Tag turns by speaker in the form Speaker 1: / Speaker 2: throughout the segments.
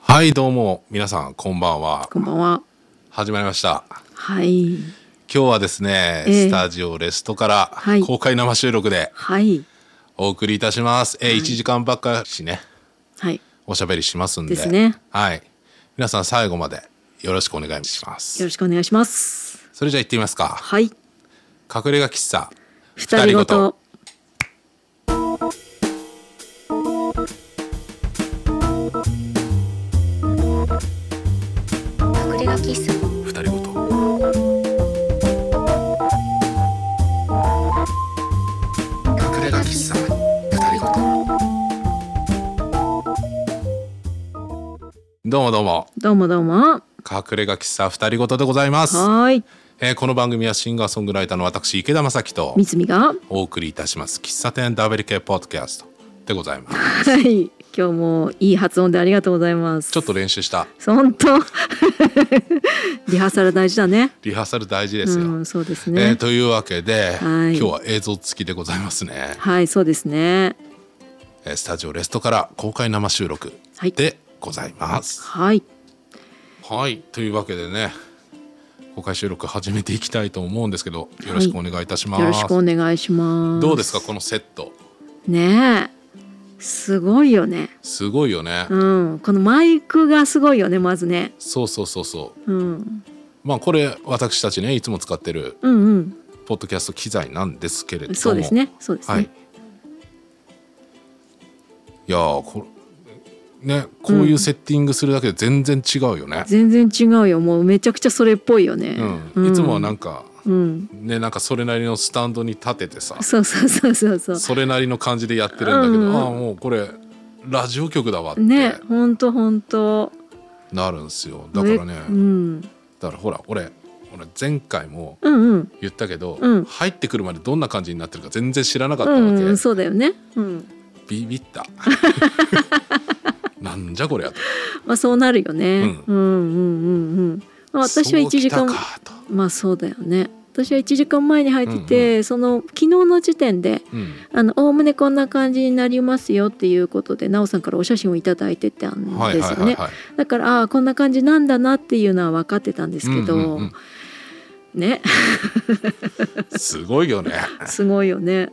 Speaker 1: はいどうも皆さんこんばんは
Speaker 2: こんばんは。
Speaker 1: 始まりました
Speaker 2: はい。
Speaker 1: 今日はですね、
Speaker 2: ええ
Speaker 1: スタジオレストから
Speaker 2: はい
Speaker 1: 公開生収録で
Speaker 2: はい。
Speaker 1: お送りいたします、えー1時間ばっかしね
Speaker 2: はい。
Speaker 1: おしゃべりしますんで
Speaker 2: ですね
Speaker 1: はい皆さん最後までよろしくお願いしま
Speaker 2: よ
Speaker 1: す
Speaker 2: ろしくお願いします。
Speaker 1: それじゃあ行ってみますか
Speaker 2: はい。
Speaker 1: 隠れ家喫茶
Speaker 2: 二人ごと。
Speaker 3: 隠れ家喫茶
Speaker 1: 二人ごと
Speaker 3: 隠れ家喫茶二人ごと
Speaker 1: どうもどうも
Speaker 2: どうもどうも。
Speaker 1: 隠れ家喫茶二人ごとでございます、
Speaker 2: はーい。
Speaker 1: えーこの番組はシンガーソングライターの私池田正樹と
Speaker 2: みつみが。は
Speaker 1: お送りいたします喫茶店 WK ポッドキャストでございます
Speaker 2: い。今日もいい発音でありがとうございます。
Speaker 1: ちょっと練習した
Speaker 2: 本当。 リハーサル大事だね。
Speaker 1: リハーサル大事ですよ、
Speaker 2: うん、そうです
Speaker 1: えー
Speaker 2: ね。
Speaker 1: というわけで、
Speaker 2: は
Speaker 1: 今
Speaker 2: い
Speaker 1: 日は映像付きでございますね、
Speaker 2: はい、そうですね。
Speaker 1: えースタジオレストから公開生収録
Speaker 2: はい
Speaker 1: でございます
Speaker 2: はい。
Speaker 1: はい、というわけでね公開収録始めていきたいと思うんですけどよろしくお願いいたします、
Speaker 2: よろしくお願いします。
Speaker 1: どうですかこのセット
Speaker 2: ねえ。すごいよね。
Speaker 1: すごいよね、
Speaker 2: うん、このマイクがすごいよね、まずね。
Speaker 1: そうそうそうそう
Speaker 2: うん。
Speaker 1: まあこれ私たちねいつも使ってる
Speaker 2: うんうん。
Speaker 1: ポッドキャスト機材なんですけれども
Speaker 2: そうですね。そうですね。
Speaker 1: はい。いやーこれねこういうセッティングするだけで全然違うよね。
Speaker 2: 全然違うよ。もうめちゃくちゃそれっぽいよね。
Speaker 1: うん、いつもはなんか、
Speaker 2: うん。
Speaker 1: ねなんかそれなりのスタンドに立ててさ
Speaker 2: そうそうそうそうそう。
Speaker 1: それなりの感じでやってるんだけど、
Speaker 2: うん
Speaker 1: ああもうこれラジオ局だわって
Speaker 2: ね、ほんとほんと。
Speaker 1: なるんすよだからね
Speaker 2: う、ん。
Speaker 1: だからほら俺俺前回も
Speaker 2: うんうん。
Speaker 1: 言ったけど、
Speaker 2: うん
Speaker 1: 入ってくるまでどんな感じになってるか全然知らなかった
Speaker 2: う
Speaker 1: わけ、
Speaker 2: んうん、そうだよね。うん。
Speaker 1: ビビった なんじゃこりゃと、
Speaker 2: まあそうなるよね。
Speaker 1: う
Speaker 2: うんうんうんうん。まあ私は1時間
Speaker 1: そうきたかと、
Speaker 2: まあそうだよね。私は1時間前に入ってて、その昨日の時点で、
Speaker 1: うん、
Speaker 2: あのおおむねこんな感じになりますよっていうことで、なおさんからお写真をいただいてたん
Speaker 1: はい
Speaker 2: で
Speaker 1: は
Speaker 2: す
Speaker 1: い
Speaker 2: よ
Speaker 1: はい
Speaker 2: ね。
Speaker 1: はい。
Speaker 2: だからああこんな感じなんだなっていうのは分かってたんですけど、
Speaker 1: うんうんうん
Speaker 2: ね
Speaker 1: すごいよね。
Speaker 2: すごいよね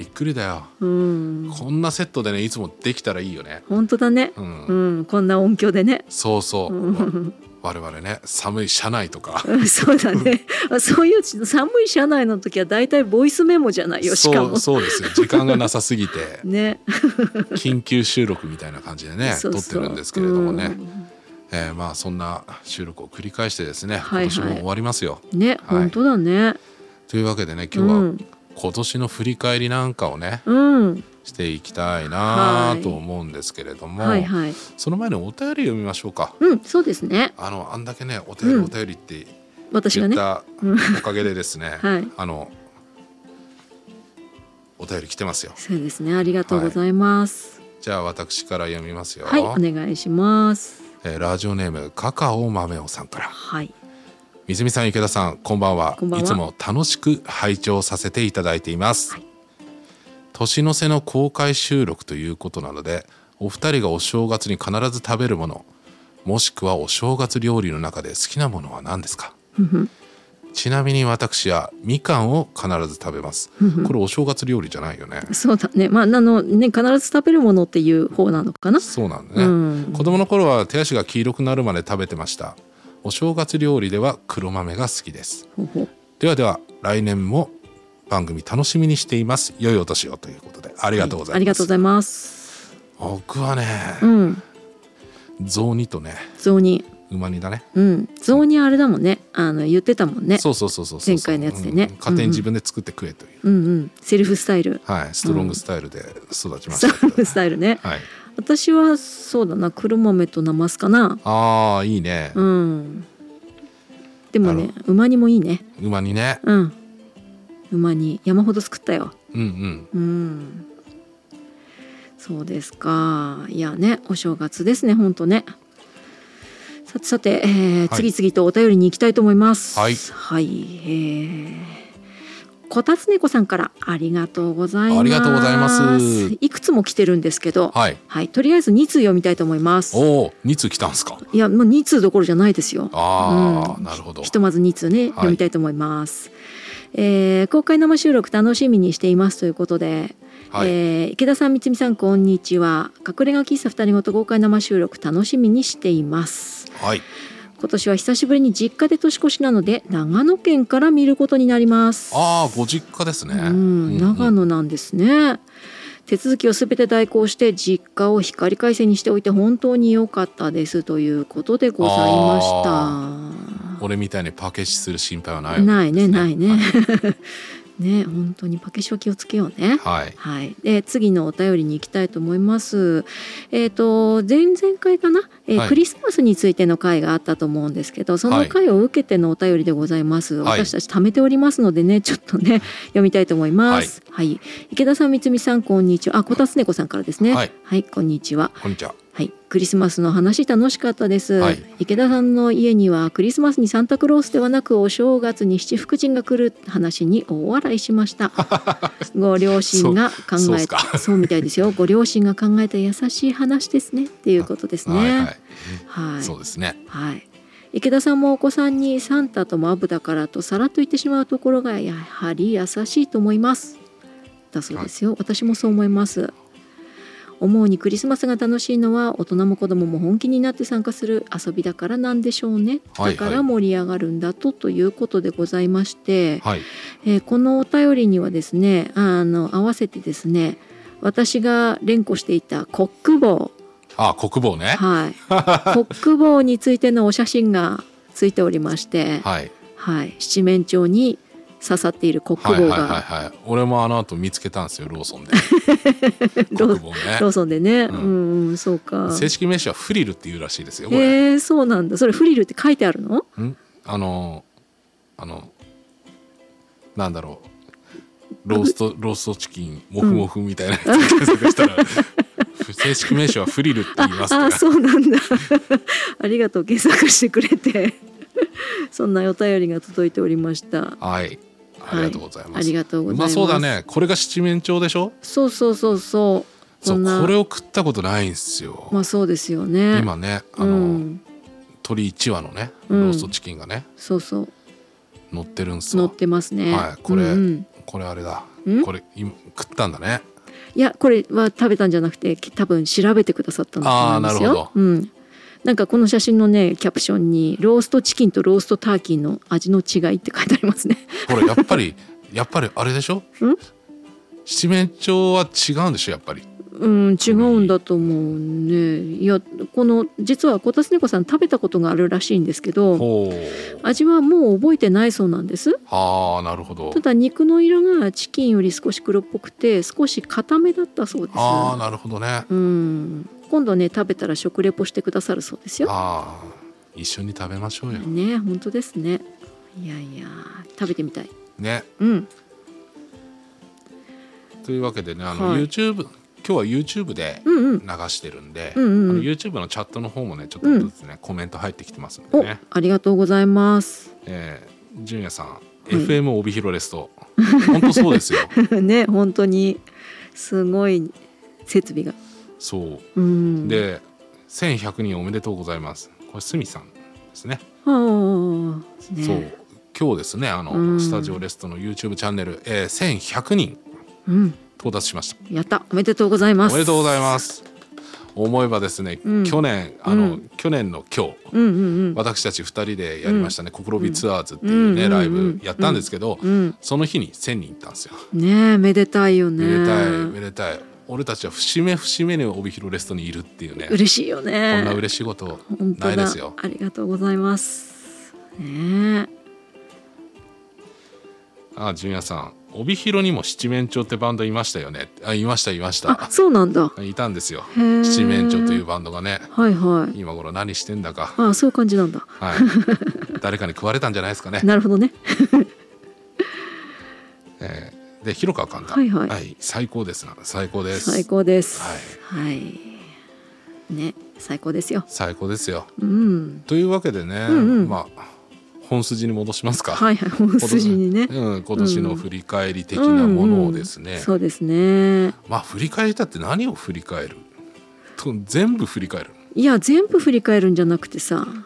Speaker 1: びっくりだよ。
Speaker 2: うん
Speaker 1: こんなセットでねいつもできたらいいよね。
Speaker 2: 本当だね
Speaker 1: う。
Speaker 2: うんん、こんな音響でね
Speaker 1: そうそうう。
Speaker 2: ん
Speaker 1: 我々ね寒い車内とか。
Speaker 2: うんそうだねそういう寒い車内の時は大体ボイスメモじゃ ないよしか
Speaker 1: そ
Speaker 2: も
Speaker 1: うそうですよ。時間がなさすぎて
Speaker 2: ね
Speaker 1: 緊急収録みたいな感じでね
Speaker 2: そうそう
Speaker 1: 撮ってるんですけれどもね。
Speaker 2: うん
Speaker 1: えーまあそんな収録を繰り返してですね、
Speaker 2: はいはい
Speaker 1: 今年も終わりますよ。
Speaker 2: ね、本当だね
Speaker 1: というわけでね
Speaker 2: う
Speaker 1: 今日は
Speaker 2: ん
Speaker 1: 今年の振り返りなんかをね
Speaker 2: うん
Speaker 1: していきたいな
Speaker 2: はい
Speaker 1: と思うんですけれども、
Speaker 2: はいはい
Speaker 1: その前にお便り読みましょうか。
Speaker 2: うんそうですね
Speaker 1: あのあんだけねお便り
Speaker 2: うん
Speaker 1: お便りって
Speaker 2: 私が
Speaker 1: 言っ
Speaker 2: ね
Speaker 1: たおかげでですね、
Speaker 2: はい
Speaker 1: あのお便り来てますよ
Speaker 2: そうですねありがとうございます
Speaker 1: じゃあ私から読みますよ、
Speaker 2: はい、お願いします
Speaker 1: えーラジオネームカカオマメオさんから
Speaker 2: はい
Speaker 1: 水見さん池田さんこんばんは
Speaker 2: こんばんはい
Speaker 1: つも楽しく拝聴させていただいています、
Speaker 2: はい
Speaker 1: 年の瀬の公開収録ということなのでお二人がお正月に必ず食べるものもしくはお正月料理の中で好きなものは何ですかちなみに私はみかんを必ず食べますこれお正月料理じゃないよね
Speaker 2: そうだね。まあ、あのね、必ず食べるものっていう方なのかな。
Speaker 1: そうなんだね、
Speaker 2: うん
Speaker 1: 子供の頃は手足が黄色くなるまで食べてましたお正月料理では黒豆が好きです
Speaker 2: ほうほう
Speaker 1: ではでは来年も番組楽しみにしています良いお年をということでありがとうございます、
Speaker 2: ありがとうございます。
Speaker 1: 僕はね
Speaker 2: うん、
Speaker 1: 雑煮とね
Speaker 2: 雑煮。
Speaker 1: 馬煮だね
Speaker 2: うん、雑煮あれだもんね。あの、言ってたもんね。
Speaker 1: そうそうそうそうそう
Speaker 2: 前回のやつでね
Speaker 1: うん勝手に自分で作って食えという、
Speaker 2: うんうん、セルフスタイ ル。
Speaker 1: はいストロングスタイルで育ちまし
Speaker 2: セ
Speaker 1: た
Speaker 2: ル
Speaker 1: けど、
Speaker 2: フスタイルね。
Speaker 1: はい
Speaker 2: 私はそうだな、黒豆となますかな。
Speaker 1: ああいいね、
Speaker 2: うん。でも
Speaker 1: あ
Speaker 2: ね、馬煮もいいね。
Speaker 1: 馬煮ね
Speaker 2: うん。馬煮、山ほど作ったよ。
Speaker 1: うんうん
Speaker 2: うん。そうですか。いやね、お正月ですね、本当ね。さてさて、えー
Speaker 1: はい
Speaker 2: 次々とお便りに行きたいと思います。
Speaker 1: はい
Speaker 2: はい、えーこたつ猫さんからありがとうございます
Speaker 1: ありがとうございます
Speaker 2: いくつも来てるんですけど
Speaker 1: はい
Speaker 2: はいとりあえず2通読みたいと思います
Speaker 1: おお2通来たんすか
Speaker 2: いやもう2通どころじゃないですよ
Speaker 1: ああ、
Speaker 2: うん
Speaker 1: なるほど
Speaker 2: ひとまず2通ね、読みたいと思います、えー公開生収録楽しみにしていますということで、
Speaker 1: はい、
Speaker 2: えー池田さん三つみさんこんにちは隠れ家喫茶二人ごと公開生収録楽しみにしています
Speaker 1: はい
Speaker 2: 今年は久しぶりに実家で年越しなので長野県から見ることになります
Speaker 1: ああご実家ですね、
Speaker 2: うん、長野なんですね。手続きをすべて代行して実家を光回線にしておいて本当に良かったですということでございました。
Speaker 1: 俺みたいにパケシする心配はない
Speaker 2: ないねないね
Speaker 1: はい、
Speaker 2: ね本当にパケシは気をつけようね。
Speaker 1: はい
Speaker 2: はい、で次のお便りに行きたいと思います。えっ、と前々回かな、えー
Speaker 1: はい
Speaker 2: クリスマスについての回があったと思うんですけど、その回を受けてのお便りでございます。
Speaker 1: はい
Speaker 2: 私たち貯めておりますのでね、ちょっとね読みたいと思います。はい、池田さん、三つみさん、こんにちは。あ、こたつねこさんからですね。
Speaker 1: はい、
Speaker 2: こんにちは。
Speaker 1: こんにちは
Speaker 2: はい、クリスマスの話楽しかったです、
Speaker 1: はい
Speaker 2: 池田さんの家にはクリスマスにサンタクロースではなくお正月に七福神が来る話に大笑いしました ご両親が考
Speaker 1: そうっ
Speaker 2: え
Speaker 1: すか
Speaker 2: たそうみたいですよご両親が考えた優しい話ですねっていうことですね
Speaker 1: はいはい、
Speaker 2: はい
Speaker 1: そうですね
Speaker 2: はい、池田さんもお子さんに「サンタとマブだから」とさらっと言ってしまうところがやはり優しいと思いますだそうですよ、私もそう思います思うにクリスマスが楽しいのは大人も子供も本気になって参加する遊びだからなんでしょうね、
Speaker 1: はいはい
Speaker 2: だから盛り上がるんだとということでございまして、
Speaker 1: はい
Speaker 2: えーこのお便りにはですねあの合わせてですね私が連呼していたコック帽
Speaker 1: あー国防ね
Speaker 2: はい、コ ック帽についてのお写真がついておりまして、はい
Speaker 1: はい
Speaker 2: 七面鳥に刺さっているコッ
Speaker 1: は
Speaker 2: ク
Speaker 1: い
Speaker 2: 帽
Speaker 1: はいはい
Speaker 2: が
Speaker 1: はい俺もあの後見つけたんですよローソンで
Speaker 2: ロ
Speaker 1: 国
Speaker 2: ー
Speaker 1: 防
Speaker 2: ロー
Speaker 1: ね
Speaker 2: ソンでね、う
Speaker 1: うんん、
Speaker 2: うんそうか。
Speaker 1: 正式名称はフリルっていうらしいですよこれ、
Speaker 2: えー、そうなんだ。それフリルって書いてあるの？
Speaker 1: んあのあのなんだろうロース トローストチキンモフモフみたいなやつで検索したら、正式名称はフリルって言います
Speaker 2: あ
Speaker 1: か
Speaker 2: あ、
Speaker 1: ら
Speaker 2: そうなんだ。 ありがとう検索してくれて、 そんなお便りが届いておりました。
Speaker 1: はいありがとうございます、
Speaker 2: ありがとうございます。
Speaker 1: まそうだ。ねこれが七面鳥でしょ
Speaker 2: そうそうそうそう。
Speaker 1: そうこれ
Speaker 2: を
Speaker 1: を食ったことないんですよ、
Speaker 2: まあそうですよね。
Speaker 1: 今ねあの、
Speaker 2: うん、
Speaker 1: 鳥1羽のね
Speaker 2: う
Speaker 1: ロ
Speaker 2: ん
Speaker 1: ーストチキンがね、
Speaker 2: そうそう
Speaker 1: 乗ってるんです
Speaker 2: 乗
Speaker 1: よ
Speaker 2: ってますね。
Speaker 1: はいこれ
Speaker 2: うんうん
Speaker 1: これあれだ
Speaker 2: ん
Speaker 1: これ今食ったんだね
Speaker 2: いやこれは食べたんじゃなくてき多分調べてくださったんだと思うんです
Speaker 1: あーなる
Speaker 2: よ
Speaker 1: ほ。
Speaker 2: うん、なんかこの写真のねキャプションに「ローストチキンとローストターキーの味の違い」って書いてありますね。
Speaker 1: これやっぱり やっぱりあれでしょ七面鳥は違うんでしょやっぱり
Speaker 2: うん違うんだと思うね。いやこの実はこたつねこさん食べたことがあるらしいんですけど
Speaker 1: ほう
Speaker 2: 味はもう覚えてないそうなんです。
Speaker 1: ああなるほど
Speaker 2: ただ肉の色がチキンより少し黒っぽくて少し固めだったそうです。
Speaker 1: ああなるほどね
Speaker 2: うん今度ね食べたら食レポしてくださるそうですよ。
Speaker 1: ああ一緒に食べましょうよ
Speaker 2: ね本当ですねいやいや食べてみたい
Speaker 1: ね
Speaker 2: うん
Speaker 1: というわけでねあの、
Speaker 2: はい
Speaker 1: YouTube 今日は YouTube で
Speaker 2: うんうん
Speaker 1: 流してるんで、
Speaker 2: うんうんうん
Speaker 1: あの YouTube のチャットの方もねちょっとずつね、コメント入ってきてますんで
Speaker 2: お、
Speaker 1: ね、
Speaker 2: ありがとうございます。
Speaker 1: えー、純也さん、FM 帯広レスト本当そうですよ
Speaker 2: ね、本当にすごい設備が。
Speaker 1: そう
Speaker 2: うん。、
Speaker 1: で1100人おめでとうございますこれすみさんですね
Speaker 2: はあ、ね、
Speaker 1: そう。今日ですねあの、
Speaker 2: うん
Speaker 1: スタジオレストの YouTube チャンネル、えー、1100人
Speaker 2: うん、
Speaker 1: 到達しました
Speaker 2: やった、おめでとうございます。
Speaker 1: おめでとうござい
Speaker 2: す。
Speaker 1: ます思えばですね、
Speaker 2: うん
Speaker 1: 去年あの、
Speaker 2: うん
Speaker 1: 去年の今日
Speaker 2: うんうん
Speaker 1: 私たち2人でやりましたね「心美ツアーズ」っていううん
Speaker 2: うんう
Speaker 1: ね、
Speaker 2: ん
Speaker 1: ライブやったんですけど、
Speaker 2: うん。
Speaker 1: その日に1,000人行ったんですよ。
Speaker 2: うん、ねえ、めでたいよね。
Speaker 1: めでたいめでたい俺たちは節目節目に帯広レストにいるっていうね
Speaker 2: 嬉しいよ
Speaker 1: こ
Speaker 2: ね。
Speaker 1: んな嬉しいこと
Speaker 2: 本当
Speaker 1: な
Speaker 2: だ
Speaker 1: いですよ。
Speaker 2: ありがとうございます。ねえ。
Speaker 1: あ純也さん帯広にも七面鳥ってバンドいましたよねあいましたいまし
Speaker 2: あ、
Speaker 1: た
Speaker 2: そうなんだ。
Speaker 1: いたんですよ
Speaker 2: へえ
Speaker 1: 七面鳥というバンドがね
Speaker 2: はいはい。
Speaker 1: 今頃何してんだか、
Speaker 2: あ、そういう感じなんだ。
Speaker 1: はい、誰かに食われたんじゃないですかね、
Speaker 2: なるほどね。
Speaker 1: えーで広川寛太
Speaker 2: はいはい
Speaker 1: 最高ですな最高です
Speaker 2: 最高です。
Speaker 1: はい
Speaker 2: はい。ね、最高ですよ。
Speaker 1: 最高ですよ
Speaker 2: うん。
Speaker 1: というわけでね、
Speaker 2: うんうん
Speaker 1: まあ本筋に戻しますか、
Speaker 2: はいはい本筋にね。
Speaker 1: うん、今年の振り返り的なものをですね、
Speaker 2: うんうんそうですね。
Speaker 1: まあ振り返りだって何を振り返ると全部振り返る、
Speaker 2: いや全部振り返るんじゃなくてさ、
Speaker 1: うん、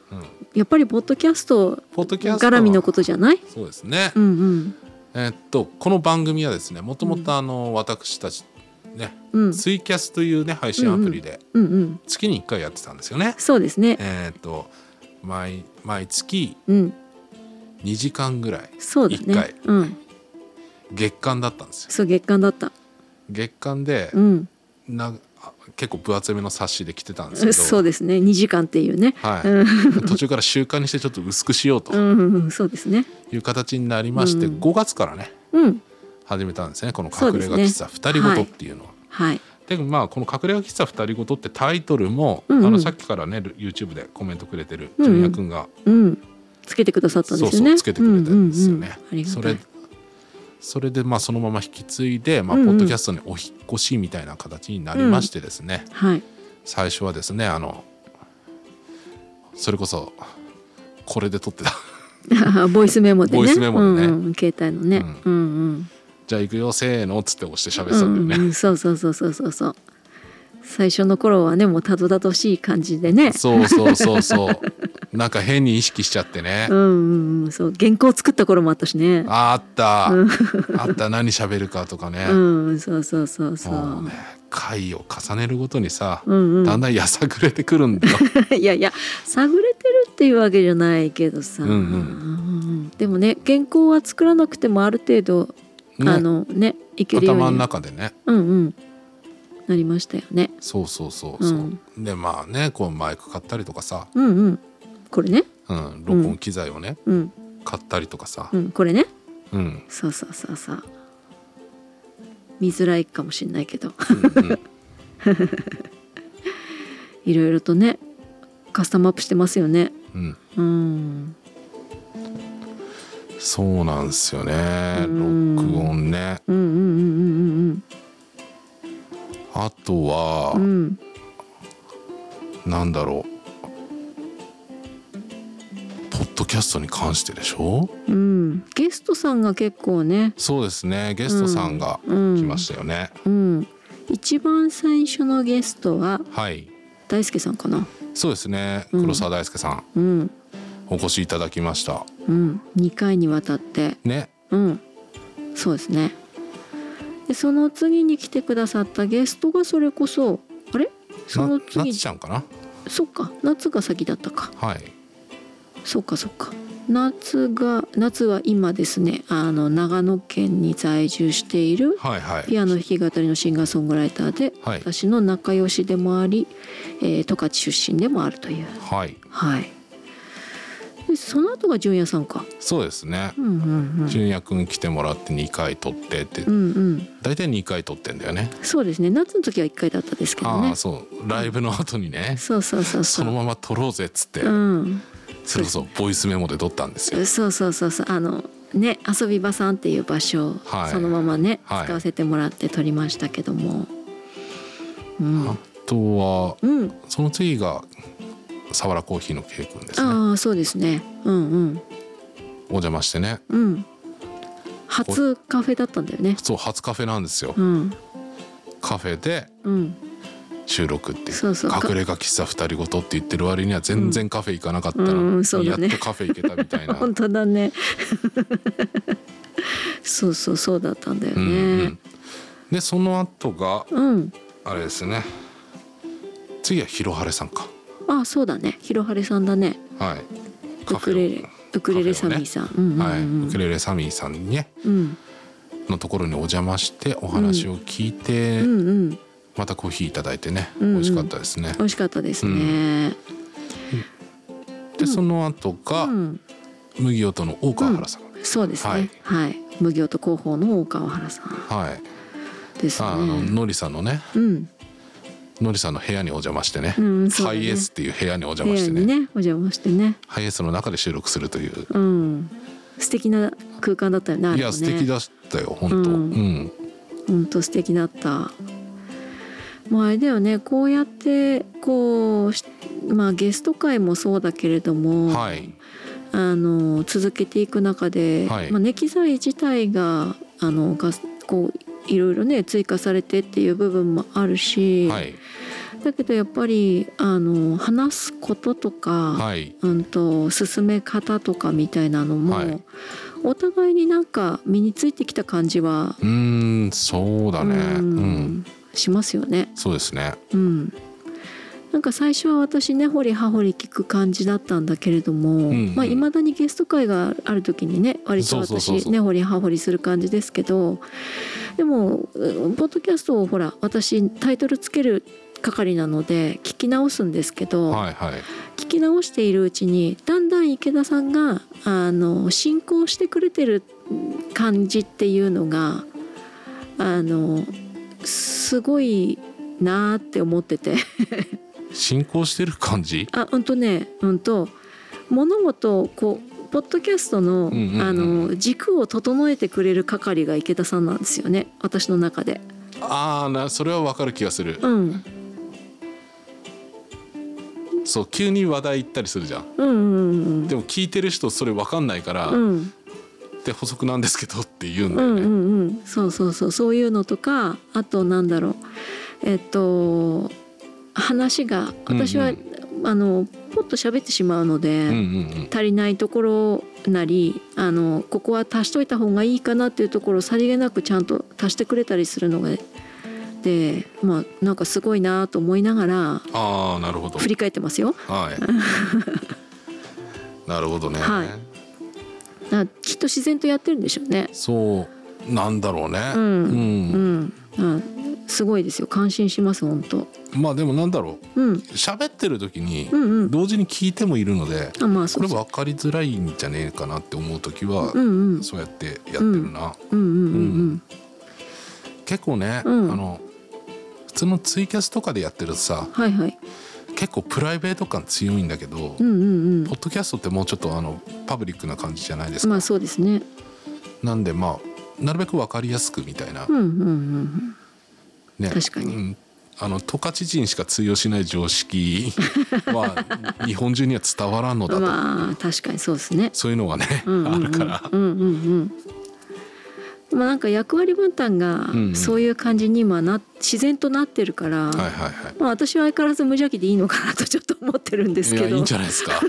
Speaker 2: やっぱりポッドキャスト
Speaker 1: ポッドキャストは
Speaker 2: 絡みのことじゃない？
Speaker 1: そうですね、
Speaker 2: うんうん
Speaker 1: えっとこの番組はですねもともとあの、私たちね
Speaker 2: うん
Speaker 1: ツイキャスというね配信アプリで
Speaker 2: うんうん。
Speaker 1: 月に1回やってたんですよね、
Speaker 2: そうですね。
Speaker 1: えっと毎毎月
Speaker 2: うん
Speaker 1: 2時間ぐらい
Speaker 2: そうだ
Speaker 1: 一回
Speaker 2: ね。うん
Speaker 1: 月間だったんですよ
Speaker 2: そう月間だった。
Speaker 1: 月間で
Speaker 2: うん
Speaker 1: なあ結構分厚めの冊子で来てたんですけど
Speaker 2: そうですね2時間っていうね。
Speaker 1: はい
Speaker 2: うん
Speaker 1: 途中から習慣にしてちょっと薄くしようと
Speaker 2: うんうんうんそうですね。
Speaker 1: いう形になりまして、
Speaker 2: うん
Speaker 1: 5月からね
Speaker 2: うん
Speaker 1: 始めたんですねこの
Speaker 2: そう
Speaker 1: 隠
Speaker 2: で
Speaker 1: れ
Speaker 2: す
Speaker 1: 家
Speaker 2: ね
Speaker 1: 喫茶二人ごとっていうのは。
Speaker 2: はい
Speaker 1: でまあこの「隠れ家喫茶二人ごと」ってタイトルも、
Speaker 2: うんうん
Speaker 1: あのさっきからね YouTube でコメントくれてる
Speaker 2: うんうん
Speaker 1: 純也くんが、
Speaker 2: うんつけてくださったんですよ
Speaker 1: そうそ
Speaker 2: ね。
Speaker 1: うつけてくれたんですよね。
Speaker 2: うんうんうんありが
Speaker 1: そ
Speaker 2: た
Speaker 1: れ
Speaker 2: い。
Speaker 1: それでまあそのまま引き継いで、まあ、
Speaker 2: う
Speaker 1: ポ
Speaker 2: んうん
Speaker 1: ッドキャストにお引っ越しみたいな形になりましてですね、
Speaker 2: はい。
Speaker 1: 最初はですねあのそれこそこれで撮ってた
Speaker 2: ボイスメモでね。
Speaker 1: ボイスメモでね
Speaker 2: うんうん、携帯のね。
Speaker 1: う
Speaker 2: うんうん。
Speaker 1: じゃあ行くよせーのっつって押して喋っ
Speaker 2: う
Speaker 1: てたんだよ
Speaker 2: ん
Speaker 1: ね、
Speaker 2: うん、そうそうそうそうそうそう。最初の頃はねもうたどたどしい感じでね。
Speaker 1: そうそうそうそうなんか変に意識しちゃってね、
Speaker 2: うんうんうんそう原稿作った頃もあったしね。
Speaker 1: ああった、
Speaker 2: う
Speaker 1: あった何喋るかとかね、
Speaker 2: うんそうそうそうそ
Speaker 1: もう
Speaker 2: う
Speaker 1: ね。回を重ねるごとにさ、
Speaker 2: うんう
Speaker 1: だ
Speaker 2: ん
Speaker 1: ん、だんやさぐれてくるんだよ
Speaker 2: いやいや探れてるっていうわけじゃないけどさ、
Speaker 1: うんうん
Speaker 2: うんうんでもね原稿は作らなくてもある程度、
Speaker 1: ね
Speaker 2: あのねいけるように
Speaker 1: 頭の中でね
Speaker 2: うんうんなりましたよね
Speaker 1: そうそうそうそう、でまあねこうマイク買ったりとかさ、
Speaker 2: うんうんこれね
Speaker 1: うん、録音機材をね、
Speaker 2: うん
Speaker 1: 買ったりとかさ、
Speaker 2: うんこれね
Speaker 1: うん
Speaker 2: そうそうそうそう見づらいかもしれないけど
Speaker 1: うんうん
Speaker 2: いろいろとねカスタムアップしてますよね
Speaker 1: うん
Speaker 2: うん
Speaker 1: そうなんですよね
Speaker 2: うん
Speaker 1: 録音ね
Speaker 2: うんうんうんうん
Speaker 1: あと
Speaker 2: うんうんう
Speaker 1: は、
Speaker 2: ん
Speaker 1: なんだろうポッドキャストに関してでしょ
Speaker 2: うんゲストさんが結構ね
Speaker 1: そうですねゲストさんが
Speaker 2: うん
Speaker 1: 来ましたよね、
Speaker 2: うん一番最初のゲストは
Speaker 1: はい
Speaker 2: 大輔さんかな
Speaker 1: そうですね
Speaker 2: うん
Speaker 1: 黒沢大輔さん、
Speaker 2: うん
Speaker 1: お越しいただきました
Speaker 2: うん2回にわたって
Speaker 1: ね
Speaker 2: うんそうですねでその次に来てくださったゲストがそれこそあれそ
Speaker 1: な
Speaker 2: の
Speaker 1: なっ
Speaker 2: 次
Speaker 1: ちゃんかな
Speaker 2: そっか夏が先だったか
Speaker 1: はい
Speaker 2: そっかそっか夏が夏は今ですねあの長野県に在住している
Speaker 1: はいはい
Speaker 2: ピアノ弾き語りのシンガーソングライターで、
Speaker 1: はい
Speaker 2: 私の仲良しでもあり、えー十勝出身でもあるという
Speaker 1: はい
Speaker 2: はいでその後が純也さんか
Speaker 1: そうですね
Speaker 2: うんうん
Speaker 1: 純也くん来てもらって2回撮ってって
Speaker 2: うんうんうん
Speaker 1: 大体2回撮ってんだよね
Speaker 2: そうですね夏の時は1回だったですけど
Speaker 1: あ
Speaker 2: ね
Speaker 1: あそうライブの後にね
Speaker 2: そうそうそう
Speaker 1: そ
Speaker 2: そ
Speaker 1: うのまま撮ろうぜっつって
Speaker 2: うん
Speaker 1: それこそボイスメモで撮ったんですよ
Speaker 2: そうそうそうそうあのね遊び場さんっていう場所を
Speaker 1: はい
Speaker 2: そのままね、
Speaker 1: はい
Speaker 2: 使わせてもらって撮りましたけども、うん、
Speaker 1: あとは
Speaker 2: うん
Speaker 1: その次がさわらコーヒーの K 君ですね
Speaker 2: ああそうですねうんうん
Speaker 1: お邪魔してね
Speaker 2: うん初カフェだったんだよね
Speaker 1: そう初カフェなんですよ
Speaker 2: うん
Speaker 1: カフェで
Speaker 2: うん
Speaker 1: 収録っていう
Speaker 2: そうそうか
Speaker 1: 隠れ家喫茶二人ごとって言ってる割には全然カフェ行かなかったら、
Speaker 2: うんうんそう
Speaker 1: や
Speaker 2: だ
Speaker 1: っ
Speaker 2: ね
Speaker 1: とカフェ行けたみたいな
Speaker 2: 本当だねそうそうそうだったんだよ
Speaker 1: うんう
Speaker 2: ね
Speaker 1: ん、でその後が
Speaker 2: うん、
Speaker 1: あれですね次は広晴さんか
Speaker 2: ああそうだね広晴さんだね
Speaker 1: はい
Speaker 2: ウクレレウクレレサミーさん、うんうんうん、
Speaker 1: はい、ウクレレサミーさんにね
Speaker 2: うん
Speaker 1: のところにお邪魔してお話を聞いて、
Speaker 2: うんうん
Speaker 1: またコーヒーいただいてね、
Speaker 2: うんうん
Speaker 1: 美味しかったですね
Speaker 2: 美味しかったですね、
Speaker 1: でその後が、
Speaker 2: うん、
Speaker 1: 麦音の大川原さん、
Speaker 2: そうですねはい、麦音広報の大川原さん
Speaker 1: はい
Speaker 2: ですね
Speaker 1: あののりさんのね
Speaker 2: うん
Speaker 1: のりさんの部屋にお邪魔してね,、
Speaker 2: うんそうだ
Speaker 1: ハ
Speaker 2: ね
Speaker 1: イエースっていう部屋にお邪
Speaker 2: 部
Speaker 1: 魔
Speaker 2: 屋
Speaker 1: して
Speaker 2: に
Speaker 1: ね
Speaker 2: ねお邪魔してね
Speaker 1: ハイエースの中で収録するという、
Speaker 2: うん素敵な空間だったよねあれも
Speaker 1: い
Speaker 2: ね
Speaker 1: や素敵だったよ本当、う
Speaker 2: うんん本当素敵だったもうあれだよねこうやってこうしまあゲスト会もそうだけれども、
Speaker 1: はい
Speaker 2: あの続けていく中で、
Speaker 1: はい
Speaker 2: まあ、ね機材自体があのがこういろいろね追加されてっていう部分もあるし、
Speaker 1: はい
Speaker 2: だけどやっぱりあの話すこととか、
Speaker 1: はい
Speaker 2: うん、と進め方とかみたいなのも、
Speaker 1: はい
Speaker 2: お互いになんか身についてきた感じは、
Speaker 1: うーんそうだね
Speaker 2: う
Speaker 1: うんん、
Speaker 2: しますよね。
Speaker 1: そうですね
Speaker 2: うん、なんか最初は私根掘り葉掘り聞く感じだったんだけれど
Speaker 1: ん
Speaker 2: も
Speaker 1: うん
Speaker 2: まあ、未だにゲスト会がある時にね割と
Speaker 1: そうそうそう
Speaker 2: 私
Speaker 1: そう
Speaker 2: 根掘り葉掘りする感じですけどでもうんポッドキャストをほら私タイトルつける係なので聞き直すんですけど、
Speaker 1: はいはい
Speaker 2: 聞き直しているうちにだんだん池田さんがあの進行してくれてる感じっていうのがあのすごいなーって思ってて
Speaker 1: 進行してる感じ
Speaker 2: あうんとねうんと物事をこうポッドキャストの,、
Speaker 1: んうんうん
Speaker 2: あの軸を整えてくれる係が池田さんなんですよね私の中で。
Speaker 1: ああなそれはわかる気がする
Speaker 2: うん、
Speaker 1: そう急に話題行ったりするじゃん
Speaker 2: うんうん
Speaker 1: でも聞いてる人それわかんないから、
Speaker 2: うんうん
Speaker 1: で補足なんですけどって言うん
Speaker 2: う
Speaker 1: だよ
Speaker 2: ん
Speaker 1: ね、
Speaker 2: うんうん、そうそうそうそういうのとかあとなんだろうえっと話が私は、
Speaker 1: うん
Speaker 2: あのポッと喋ってしまうので、
Speaker 1: うんうんうん
Speaker 2: 足りないところなりあのここは足しといた方がいいかなっていうところをさりげなくちゃんと足してくれたりするのがでまあなんかすごいなと思いながら
Speaker 1: ああなるほど
Speaker 2: 振り返ってますよ。
Speaker 1: はいなるほどね、
Speaker 2: はいだからきっと自然とやってるんでしょうね。
Speaker 1: そうなんだろうね
Speaker 2: う
Speaker 1: う
Speaker 2: ん
Speaker 1: ん
Speaker 2: うん、あすごいですよ感心します本当。
Speaker 1: まあでもなんだろう
Speaker 2: うん
Speaker 1: 喋ってる時に
Speaker 2: うんうん。
Speaker 1: 同時に聞いてもいるので、
Speaker 2: あまあそ
Speaker 1: こ
Speaker 2: う
Speaker 1: れ
Speaker 2: そう
Speaker 1: 分かりづらいんじゃねえかなって思う時は、
Speaker 2: うんうん
Speaker 1: そうやってやってるな、
Speaker 2: うんうんうん
Speaker 1: 結構ね、
Speaker 2: うん
Speaker 1: あの普通のツイキャスとかでやってるとさ
Speaker 2: はいはい
Speaker 1: 結構プライベート感強いんだけど、
Speaker 2: うんうん
Speaker 1: ポッドキャストってもうちょっとあのパブリックな感じじゃないで
Speaker 2: う
Speaker 1: すか、
Speaker 2: んまあそうですね
Speaker 1: なんでまあなるべく分かりやすくみたいな、
Speaker 2: うんうんうん
Speaker 1: ね
Speaker 2: 確かに
Speaker 1: うんあの十勝人しか通用しない常識 は日本中には伝わらんのだ
Speaker 2: うん
Speaker 1: と、
Speaker 2: まあ確かにそうですね
Speaker 1: そういうのがね、
Speaker 2: うんうんうん
Speaker 1: あるから
Speaker 2: うんうんうんまあなんか役割分担が
Speaker 1: んうん
Speaker 2: そういう感じに今な自然となってるから、
Speaker 1: はいはいはい
Speaker 2: まあ私は相変わらず無邪気でいいのかなとちょっと思ってるんです
Speaker 1: い
Speaker 2: け
Speaker 1: やいい
Speaker 2: ど
Speaker 1: んじゃないですか、はい、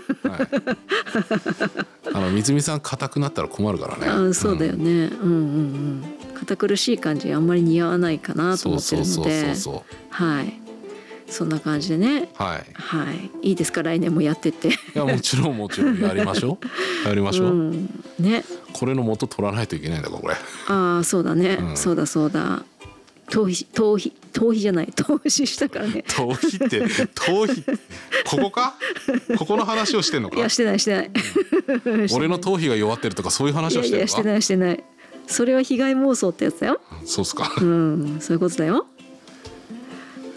Speaker 1: あの水見さん硬くなったら困るからね
Speaker 2: あそうだよ
Speaker 1: ん
Speaker 2: ね、うん、うんうん堅苦しい感じあんまり似合わないかなと
Speaker 1: そ
Speaker 2: 思
Speaker 1: う
Speaker 2: って
Speaker 1: そう
Speaker 2: るの
Speaker 1: そうそ
Speaker 2: で
Speaker 1: うそ
Speaker 2: はいそんな感じでね
Speaker 1: うはい
Speaker 2: はい、いいですか来年もやってって。
Speaker 1: いやもちろんもちろんやりましょ うやりましょう、
Speaker 2: ん、ね、
Speaker 1: これの元取らないといけないんだからこれ
Speaker 2: ああそうだね、
Speaker 1: うん
Speaker 2: そうだそうだ。逃避し逃避逃避じゃない 逃避したからね。
Speaker 1: 逃避って逃避ここかここの話をしてんの
Speaker 2: いや
Speaker 1: か
Speaker 2: してないしてない。
Speaker 1: 俺の逃避が弱ってるとかそういう
Speaker 2: い
Speaker 1: 話を
Speaker 2: や
Speaker 1: し
Speaker 2: い
Speaker 1: てる
Speaker 2: や
Speaker 1: の
Speaker 2: して
Speaker 1: か
Speaker 2: ないしてない。それは被害妄想ってやつだよ。
Speaker 1: そうっすか、
Speaker 2: うん、そういうことだよ。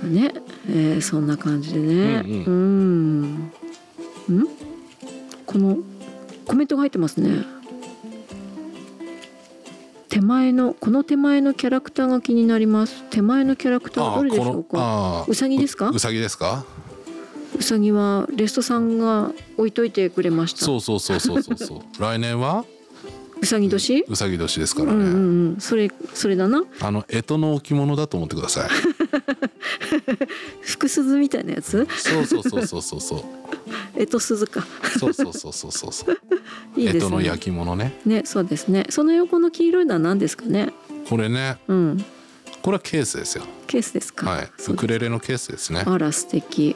Speaker 2: ね、えーそんな感じでね。
Speaker 1: うんう
Speaker 2: う、
Speaker 1: ん
Speaker 2: うん。このコメントが入ってますね。手前のこの手前のキャラクターが気になります。手前のキャラクターはどれでしょうか。
Speaker 1: あー
Speaker 2: うさぎですか
Speaker 1: ううさぎですか
Speaker 2: うさぎはレストさんが置いといてくれました。
Speaker 1: そううそうそうそうそう そう来年は
Speaker 2: さぎ年？
Speaker 1: うさぎ年ですから
Speaker 2: う
Speaker 1: ね、
Speaker 2: んうんうん。それそれだな。
Speaker 1: あの干支の置物だと思ってください
Speaker 2: 福鈴みたいなやつ？
Speaker 1: そうそうそうそうそうそう
Speaker 2: えと鈴か。
Speaker 1: そうそうそうそうそうそう。
Speaker 2: いいですね。
Speaker 1: 干支の焼き物ね。
Speaker 2: ね、そうですね。その横の黄色いのは何ですかね。
Speaker 1: これね、
Speaker 2: うん、
Speaker 1: これはケースですよ。
Speaker 2: ケースですか。
Speaker 1: はい。
Speaker 2: そ
Speaker 1: ウ
Speaker 2: う
Speaker 1: ク
Speaker 2: です
Speaker 1: レレのケースですね。
Speaker 2: あら素敵。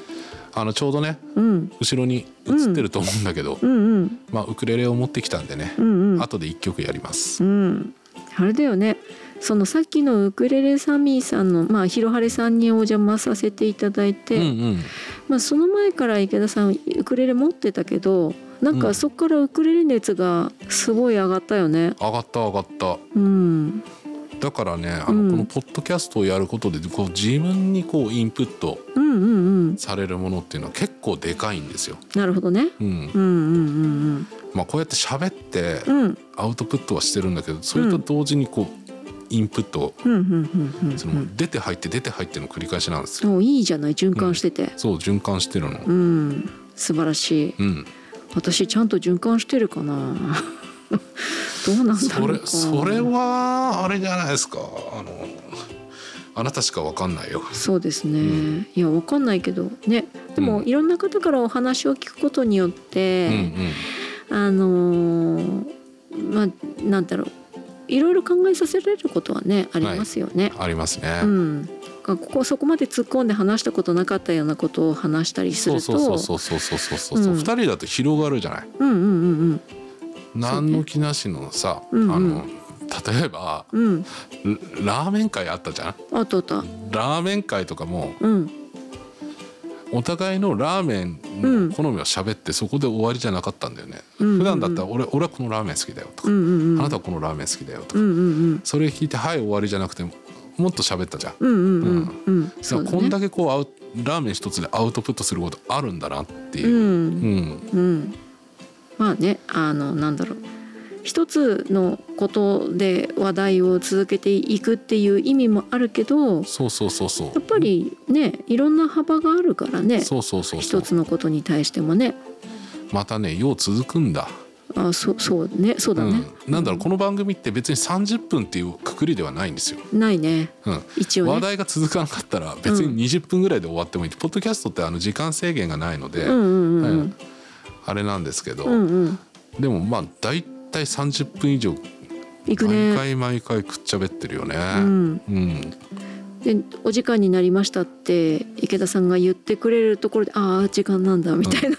Speaker 1: あのちょうどね、
Speaker 2: うん、
Speaker 1: 後ろに映ってると思うんだけど、
Speaker 2: うんうん
Speaker 1: まあウクレレを持ってきたんでね、
Speaker 2: うんうん
Speaker 1: 後で一曲やります
Speaker 2: う。ん。あれだよね。そのさっきのウクレレサミーさんのまあ広晴さんにお邪魔させていただいて、
Speaker 1: うんうん。
Speaker 2: まあその前から池田さんウクレレ持ってたけど、なん
Speaker 1: う
Speaker 2: か
Speaker 1: ん
Speaker 2: そこからウクレレ熱がすごい上がったよね。
Speaker 1: 上がった上がった。
Speaker 2: うん、
Speaker 1: だからね、あ
Speaker 2: うん
Speaker 1: のこのポッドキャストをやることで、こう自分にこうインプット
Speaker 2: うんうんうん。
Speaker 1: されるものっていうのは結構でかいんですよ。
Speaker 2: なるほどね。
Speaker 1: うん。
Speaker 2: うんうんうん
Speaker 1: まあこうやって喋って
Speaker 2: うん。うん
Speaker 1: アウトプットはしてるんだけど、それと同時にこうインプットを
Speaker 2: うんうんうんうん
Speaker 1: その出て入って出て入っての繰り返しなんです
Speaker 2: う
Speaker 1: よ。
Speaker 2: ん。おいいじゃない循環してて。
Speaker 1: そう循環してるの。
Speaker 2: うん、素晴らしい。
Speaker 1: うん。
Speaker 2: 私ちゃんと循環してるかな どうなんだ
Speaker 1: そ
Speaker 2: ろう
Speaker 1: れ
Speaker 2: か
Speaker 1: それはあれじゃないですかあのあなたしかわかんないよ
Speaker 2: そうですね、
Speaker 1: うん
Speaker 2: いやわかんないけどねでも、
Speaker 1: うん
Speaker 2: いろんな方からお話を聞くことによっ
Speaker 1: うんう
Speaker 2: て、
Speaker 1: ん
Speaker 2: あのーまあなんだろういろいろ考えさせられることはねありますよね。
Speaker 1: ありますね、
Speaker 2: うん、ここそこまで突っ込んで話したことなかったようなことを話したりす
Speaker 1: そう
Speaker 2: る
Speaker 1: そ
Speaker 2: と
Speaker 1: うそうそうそうそうそうそう
Speaker 2: うん
Speaker 1: 2人だと広がるじゃない
Speaker 2: うんうんうん
Speaker 1: 何の気なしのさ、
Speaker 2: うんうん
Speaker 1: あの例えば
Speaker 2: うんうん
Speaker 1: ララーメン会あったじゃん
Speaker 2: あったあった
Speaker 1: ラーメン会とかも
Speaker 2: うん
Speaker 1: お互いのラーメンの好みを喋ってそこで終わりじゃなかったんだよね、
Speaker 2: うんうんうん
Speaker 1: 普段だったら俺「俺はこのラーメン好きだよ」とか、
Speaker 2: うんうんうん
Speaker 1: あなたはこのラーメン好きだよ」とか、
Speaker 2: うんうん
Speaker 1: それ聞いて「はい終わり」じゃなくてももっと喋ったじゃん。
Speaker 2: うんうんうんうんうん
Speaker 1: だか
Speaker 2: そう
Speaker 1: ら
Speaker 2: だ
Speaker 1: こん
Speaker 2: ね
Speaker 1: だけこうアウラーメン一つでアウトプットすることあるんだなって
Speaker 2: う
Speaker 1: いう、うんん
Speaker 2: うんまあねあのなんだろう一つのことで話題を続けていくっていう意味もあるけどや
Speaker 1: そうそうそうそう
Speaker 2: っぱりねいろんな幅があるからね
Speaker 1: そうそうそうそ
Speaker 2: 一
Speaker 1: う
Speaker 2: つのことに対してもね
Speaker 1: またねよう続くんだ
Speaker 2: あそうそうねそうだね、
Speaker 1: うん、なんだろうこの番組って別に30分っていうくくりではないんですよ、
Speaker 2: ないね
Speaker 1: う
Speaker 2: 一
Speaker 1: ん、
Speaker 2: 応
Speaker 1: 話
Speaker 2: ね
Speaker 1: 題が続かなかったら別に20分ぐらいで終わってもいい、ポッドキャストってあの時間制限がないので、
Speaker 2: うんうんうんう
Speaker 1: は
Speaker 2: ん
Speaker 1: いあれなんですけど、
Speaker 2: うんうん
Speaker 1: でもまあ大体30分以上
Speaker 2: 行く
Speaker 1: 毎
Speaker 2: ね
Speaker 1: 回毎回くっちゃべってるよね。
Speaker 2: うん
Speaker 1: うん
Speaker 2: でお時間になりましたって池田さんが言ってくれるところでああ時間なんだみたいな、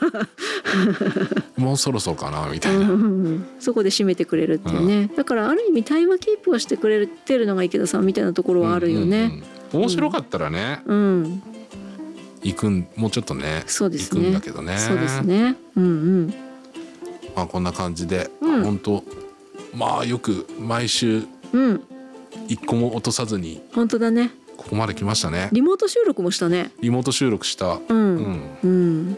Speaker 1: もうそろそろかなみたいうな、
Speaker 2: んうんうん そこで締めてくれるっていうね、だからある意味対話キープはしてくれてるのが池田さんみたいなところはあるよ
Speaker 1: うんう
Speaker 2: ね。
Speaker 1: んうん面白かったらね、
Speaker 2: うん、
Speaker 1: 行くんもうちょっとね
Speaker 2: そうですね
Speaker 1: 行くんだけどね
Speaker 2: そうですね。うんうん
Speaker 1: まあ、こんな感じで、
Speaker 2: うん
Speaker 1: 本当まあよく毎週
Speaker 2: うん
Speaker 1: 一個も落とさずに
Speaker 2: 本当だね。
Speaker 1: ここまで来ましたね
Speaker 2: リモート収録もしたね。
Speaker 1: リモート収録した、
Speaker 2: う
Speaker 1: うんん、
Speaker 2: うん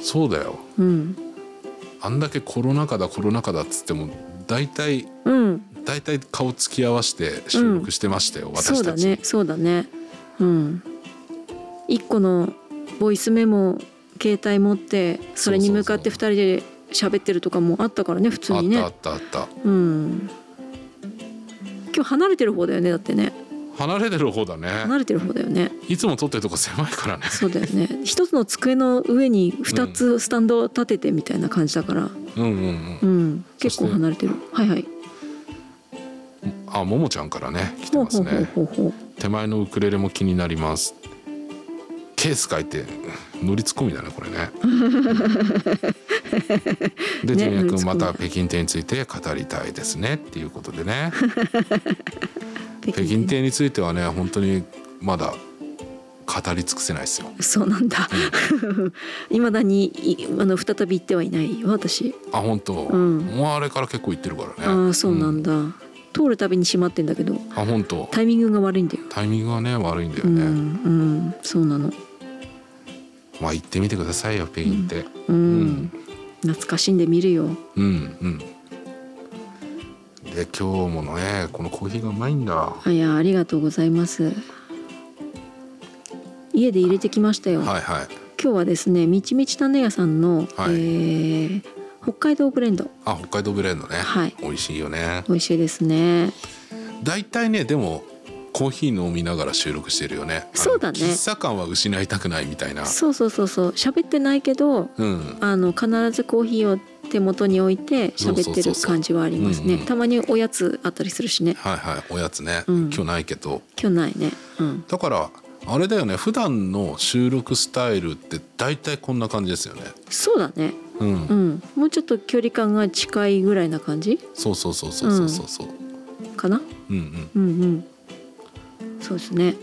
Speaker 1: そうだよ
Speaker 2: うん
Speaker 1: あんだけコロナ禍だコロナ禍だっつっても大体
Speaker 2: うん
Speaker 1: 大体顔つき合わせて収録してましたよ、
Speaker 2: そ
Speaker 1: 私
Speaker 2: うだ
Speaker 1: たち
Speaker 2: ねそうだね。うん一個のボイスメモ携帯持ってそれに向かって二人で喋ってるとかもあったからね普通
Speaker 1: あ
Speaker 2: に
Speaker 1: っ
Speaker 2: ね。
Speaker 1: たあったあった
Speaker 2: うん。今日離れてる方だよねだってね
Speaker 1: 離れてる方だね
Speaker 2: 離れてる方だよね
Speaker 1: いつも撮ってるとこ狭いからね
Speaker 2: そうだよ ね一つの机の上に二つスタンドを立ててみたいな感じだから
Speaker 1: うんうんうん
Speaker 2: うん結
Speaker 1: そ
Speaker 2: 構
Speaker 1: して
Speaker 2: 離れてるはいはい
Speaker 1: あももちゃんからね来て
Speaker 2: ほう
Speaker 1: ます
Speaker 2: ほう
Speaker 1: ね
Speaker 2: ほうほうほう
Speaker 1: 手前のウクレレも気になりますケース書いて乗りツッコミだねこれ ねでジ
Speaker 2: ね
Speaker 1: ュニア
Speaker 2: 乗りツ
Speaker 1: 君ま
Speaker 2: ッコミだ
Speaker 1: た北京店について語りたいですねっていうことで ね北京亭についてはね本当にまだ語り尽くせないですよ
Speaker 2: そうなんだ 未だにいあの再び行ってはいないよ私
Speaker 1: あ本当、
Speaker 2: うん
Speaker 1: もうあれから結構言ってるからね
Speaker 2: ああそうなん
Speaker 1: だ、
Speaker 2: だ、通るたびに閉まってんだけど
Speaker 1: あ本当
Speaker 2: タイミングが悪いんだよ、
Speaker 1: タイミングがね悪いんだよ
Speaker 2: う
Speaker 1: ね、
Speaker 2: んうんそうなの
Speaker 1: まあ行ってみてくださいよ北京亭
Speaker 2: う、
Speaker 1: うん
Speaker 2: 懐かしんでみるよ
Speaker 1: うんうんで今日もねこのコーヒーがうまいんだ
Speaker 2: あいやありがとうございます家で入れてきましたよ、
Speaker 1: はいはい。
Speaker 2: 今日はですねみちみち種屋さんの、
Speaker 1: はい
Speaker 2: えー北海道ブレンド
Speaker 1: あ、北海道ブレンドね。
Speaker 2: はい
Speaker 1: 美味しいよね。
Speaker 2: 美味しいですね
Speaker 1: だいたいね、でも。コーヒー飲みながら収録してるよね。あの
Speaker 2: そうだね
Speaker 1: 喫茶感は失いたくないみたいな。
Speaker 2: そうそうそうそう喋ってないけど
Speaker 1: うん。
Speaker 2: あの必ずコーヒーを手元に置いて喋って
Speaker 1: そうそうそう
Speaker 2: る
Speaker 1: そう
Speaker 2: 感じはあります
Speaker 1: うんう
Speaker 2: ね
Speaker 1: ん
Speaker 2: たまにおやつあったりするしね
Speaker 1: はいはい、おやつね、
Speaker 2: うん
Speaker 1: 今日ないけど。
Speaker 2: 今日ないねうん
Speaker 1: だから。あれだよね普段の収録スタイルって大体こんな感じですよね。
Speaker 2: そうだね
Speaker 1: うん、
Speaker 2: うんもうちょっと距離感が近いぐらいな感じ
Speaker 1: そうそうそうそうそうそうそう。うん、
Speaker 2: かな
Speaker 1: うん
Speaker 2: うんうんそうですね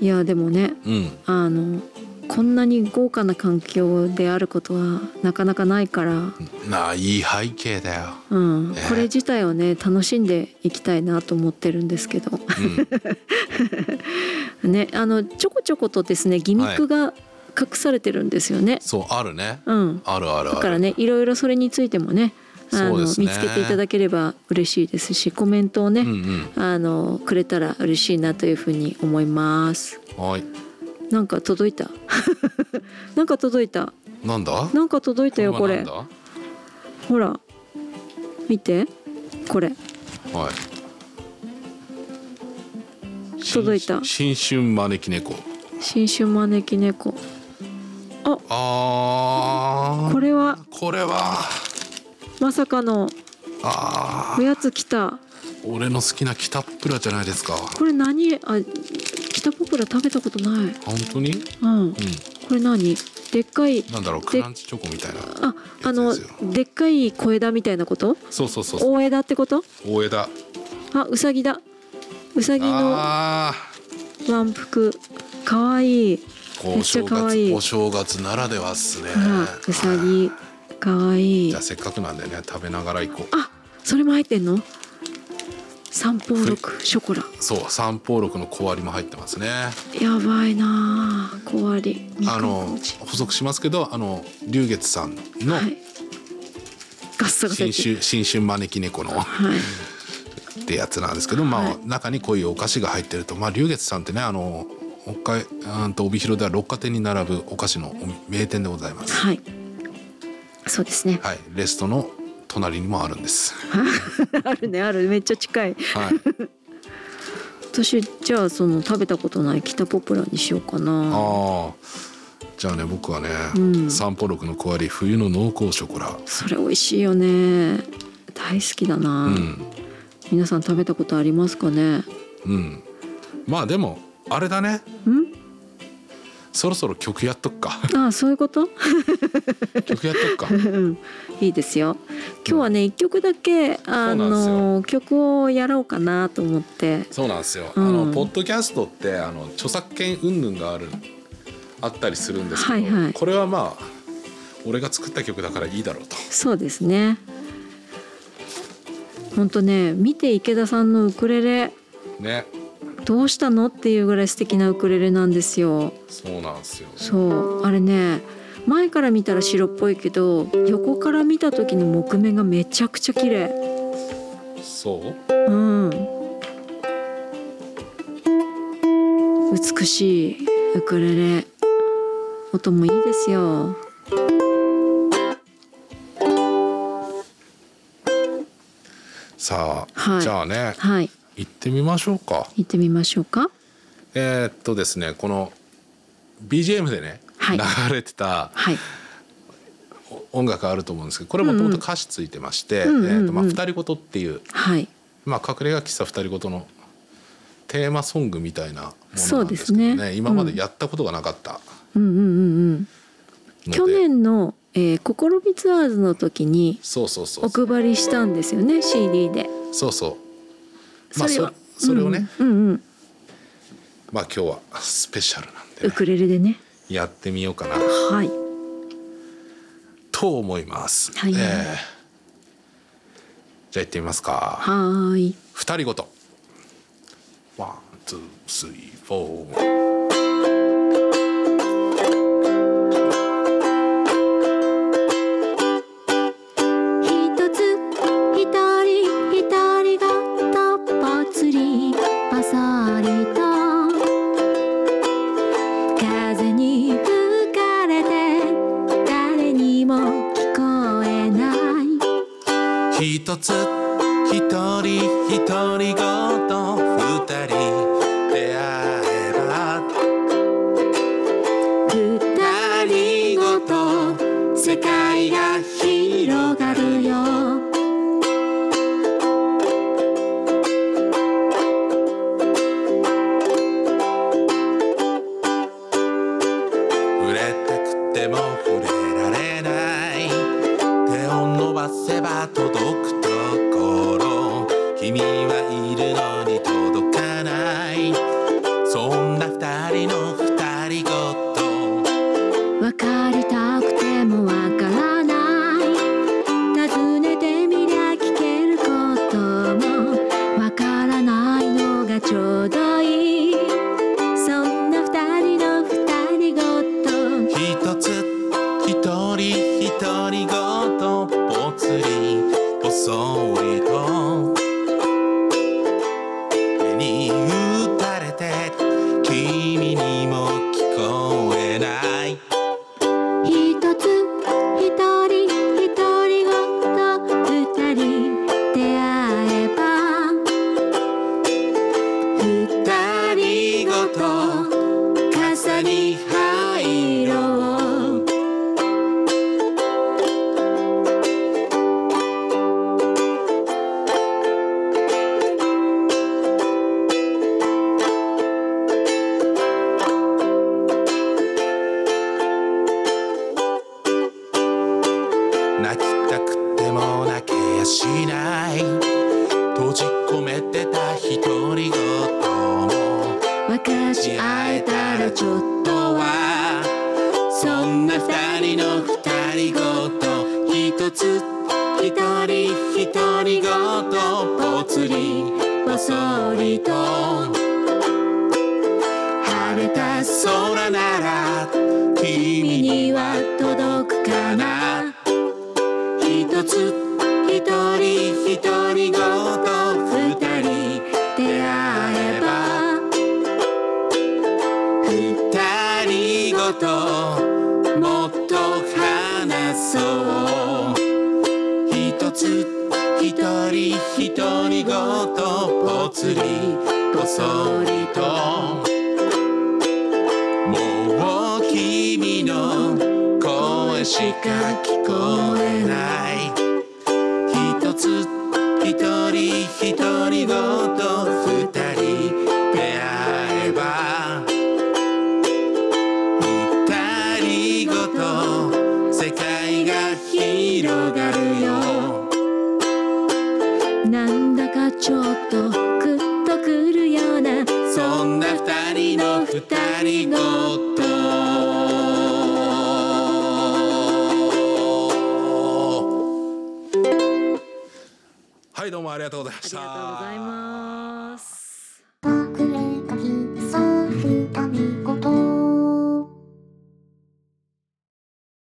Speaker 2: いやでもね
Speaker 1: うんうん
Speaker 2: あのこんなに豪華な環境であることはなかなかないから、
Speaker 1: なあいい背景だよ。
Speaker 2: うん
Speaker 1: ね
Speaker 2: これ自体をね楽しんでいきたいなと思ってるんですけど
Speaker 1: うん、
Speaker 2: ねあのちょこちょことですねギミックが隠されてるんですよね、
Speaker 1: そうあるね。
Speaker 2: うん
Speaker 1: あるあるある。
Speaker 2: だからねいろいろそれについてもねあ
Speaker 1: そう
Speaker 2: の
Speaker 1: ですね
Speaker 2: 見つけていただければ嬉しいですしコメントをね、
Speaker 1: うん
Speaker 2: あのくれたら嬉しいなというふうに思います。
Speaker 1: うん。はい。
Speaker 2: なんか届いた なんか届いた
Speaker 1: なんだ
Speaker 2: なんか届いたよこれ
Speaker 1: はなん
Speaker 2: ほら見てこれ
Speaker 1: だはい
Speaker 2: 届いた
Speaker 1: 新新春招き猫
Speaker 2: 新種招き猫
Speaker 1: あー
Speaker 2: これは
Speaker 1: これは
Speaker 2: まさかの
Speaker 1: あ
Speaker 2: お
Speaker 1: ー
Speaker 2: やつ来た
Speaker 1: 俺の好きな北っぷらじゃないですか
Speaker 2: これ何あ北ポプラ食べたことない
Speaker 1: 本当に
Speaker 2: うん
Speaker 1: う
Speaker 2: これ何でっかい
Speaker 1: んなんだろうクランチチョコみたいな
Speaker 2: ああの
Speaker 1: やつですよ
Speaker 2: でっかい小枝みたいなこと
Speaker 1: そうそうそうそう
Speaker 2: 大枝ってこと
Speaker 1: 大枝
Speaker 2: あうさぎだうさぎの
Speaker 1: ああ
Speaker 2: 満腹かわいい
Speaker 1: こ
Speaker 2: め
Speaker 1: う
Speaker 2: っちゃ
Speaker 1: 正
Speaker 2: 可
Speaker 1: 月
Speaker 2: 愛い
Speaker 1: お正月ならではっすね
Speaker 2: ほらうさぎかわいい
Speaker 1: じゃあせっかくなんでね食べながら行こ
Speaker 2: あそれも入ってんの三宝六ショコラ
Speaker 1: うそう三宝六の小割りも入ってますね
Speaker 2: やばいなあ小割りみか
Speaker 1: あ
Speaker 2: ん
Speaker 1: の
Speaker 2: 餅
Speaker 1: 補足しますけどあの龍月さんの
Speaker 2: はいガッサガサ
Speaker 1: 新
Speaker 2: 入って
Speaker 1: 春新春招き猫の
Speaker 2: はい
Speaker 1: ってやつなんですけど、まあ
Speaker 2: は
Speaker 1: 中にこういうお菓子が入ってるとまあ龍月さんってねあの北海うんと帯広では六花店に並ぶお菓子のお名店でございます
Speaker 2: はいそうですね
Speaker 1: はいレストの隣にもあるんです
Speaker 2: あるねあるめっちゃ近い
Speaker 1: はい
Speaker 2: 私じゃあその食べたことない北ポプラにしようかな
Speaker 1: ああじゃあね僕はね、
Speaker 2: うん
Speaker 1: 散歩録の小割り冬の濃厚ショコラ
Speaker 2: それ美味しいよね大好きだな、
Speaker 1: うん
Speaker 2: 皆さん食べたことありますかね
Speaker 1: うんまあでもあれだね
Speaker 2: ん
Speaker 1: そろそろ曲やっとくか
Speaker 2: ああそういうこと
Speaker 1: 曲やっとくか
Speaker 2: うんいいですよ今日はね一曲だけあの曲をやろうかなと思って
Speaker 1: そうなんですよ、あ
Speaker 2: うん
Speaker 1: のポッドキャストってあの著作権云々があるあったりするんですけど、
Speaker 2: はいはい
Speaker 1: これはまあ俺が作った曲だからいいだろうと
Speaker 2: そうですねほんとね見て池田さんのウクレレ
Speaker 1: ね
Speaker 2: どうしたのっていうぐらい素敵なウクレレなんですよ
Speaker 1: そうなんですよ
Speaker 2: そうあれね前から見たら白っぽいけど横から見た時の木目がめちゃくちゃ綺麗
Speaker 1: そう
Speaker 2: うん美しいウクレレ音もいいですよ
Speaker 1: さあ、
Speaker 2: はい
Speaker 1: じゃあね
Speaker 2: はい
Speaker 1: 行ってみましょうか
Speaker 2: 行ってみましょうか
Speaker 1: えーっとですねこの BGM でね、
Speaker 2: はい
Speaker 1: 流れてた
Speaker 2: はい
Speaker 1: 音楽あると思うんですけどこれもともと歌詞ついてまして「
Speaker 2: うんうん
Speaker 1: えーっとまあ
Speaker 2: うん
Speaker 1: 二
Speaker 2: うん
Speaker 1: 人ごと」っていう、
Speaker 2: はい
Speaker 1: まあ、隠れ家喫茶二人ごとのテーマソングみたいなも
Speaker 2: そ
Speaker 1: のな
Speaker 2: う
Speaker 1: ん
Speaker 2: で
Speaker 1: ですすけど
Speaker 2: ね
Speaker 1: ね今までやったことがなかった
Speaker 2: うんうんうんうん
Speaker 1: ので、
Speaker 2: 去年の、えー、心みツアーズの時に
Speaker 1: そうそうそ
Speaker 2: お
Speaker 1: うそう
Speaker 2: 配りしたんですよね CD で
Speaker 1: そうそうまあ
Speaker 2: それを
Speaker 1: そそれをね、
Speaker 2: うんうんうん
Speaker 1: まあ今日はスペシャルなんで
Speaker 2: ウ
Speaker 1: ね、
Speaker 2: クレレでね
Speaker 1: やってみようかな
Speaker 2: はい
Speaker 1: と思います、
Speaker 2: はい
Speaker 1: えーじゃあ行ってみますか
Speaker 2: はーい
Speaker 1: 二人ごとワンツースリーフォー
Speaker 2: 一つ一人一人がたっぱつりばさりと風に吹かれて誰にも聞こえない
Speaker 1: 一つ一人一人ごと二人出会えば
Speaker 2: 二人ごと世界が広がるよ
Speaker 1: 触れたくても触れられない手を伸ばせば届くところ君はいるのに届かないそんな二人の二人ごと
Speaker 2: 分かりたくてもわからない尋ねてみりゃ聞けることもわからないのがちょうどいいそんな二人の二人ごと
Speaker 1: 一つ一人一人ごとぽつりぽそりと目に打たれて君にも聞こがしない閉じ込めてた独り言も
Speaker 2: 分かち合えたらちょっとは
Speaker 1: そんな二人の二人ごと一つ一人一人ごとぽつりぽそりと
Speaker 2: 晴れた
Speaker 1: 空なら君
Speaker 2: 君
Speaker 1: に
Speaker 2: に
Speaker 1: は
Speaker 2: は届くかな
Speaker 1: 一つ一人一人ごと
Speaker 2: 二
Speaker 1: 二人
Speaker 2: 人出会えば
Speaker 1: 二人ごともっと話そう一つ一人一人ごとぽつりぽそりともう君の声しか聞こえない一つ一人一人ごと二人出会えば二人ごと世界が広がるよ
Speaker 2: なんだかちょっとグッとくるような
Speaker 1: そんな二人の二人ごとはいどうもありがとうございました
Speaker 2: ありがとうございます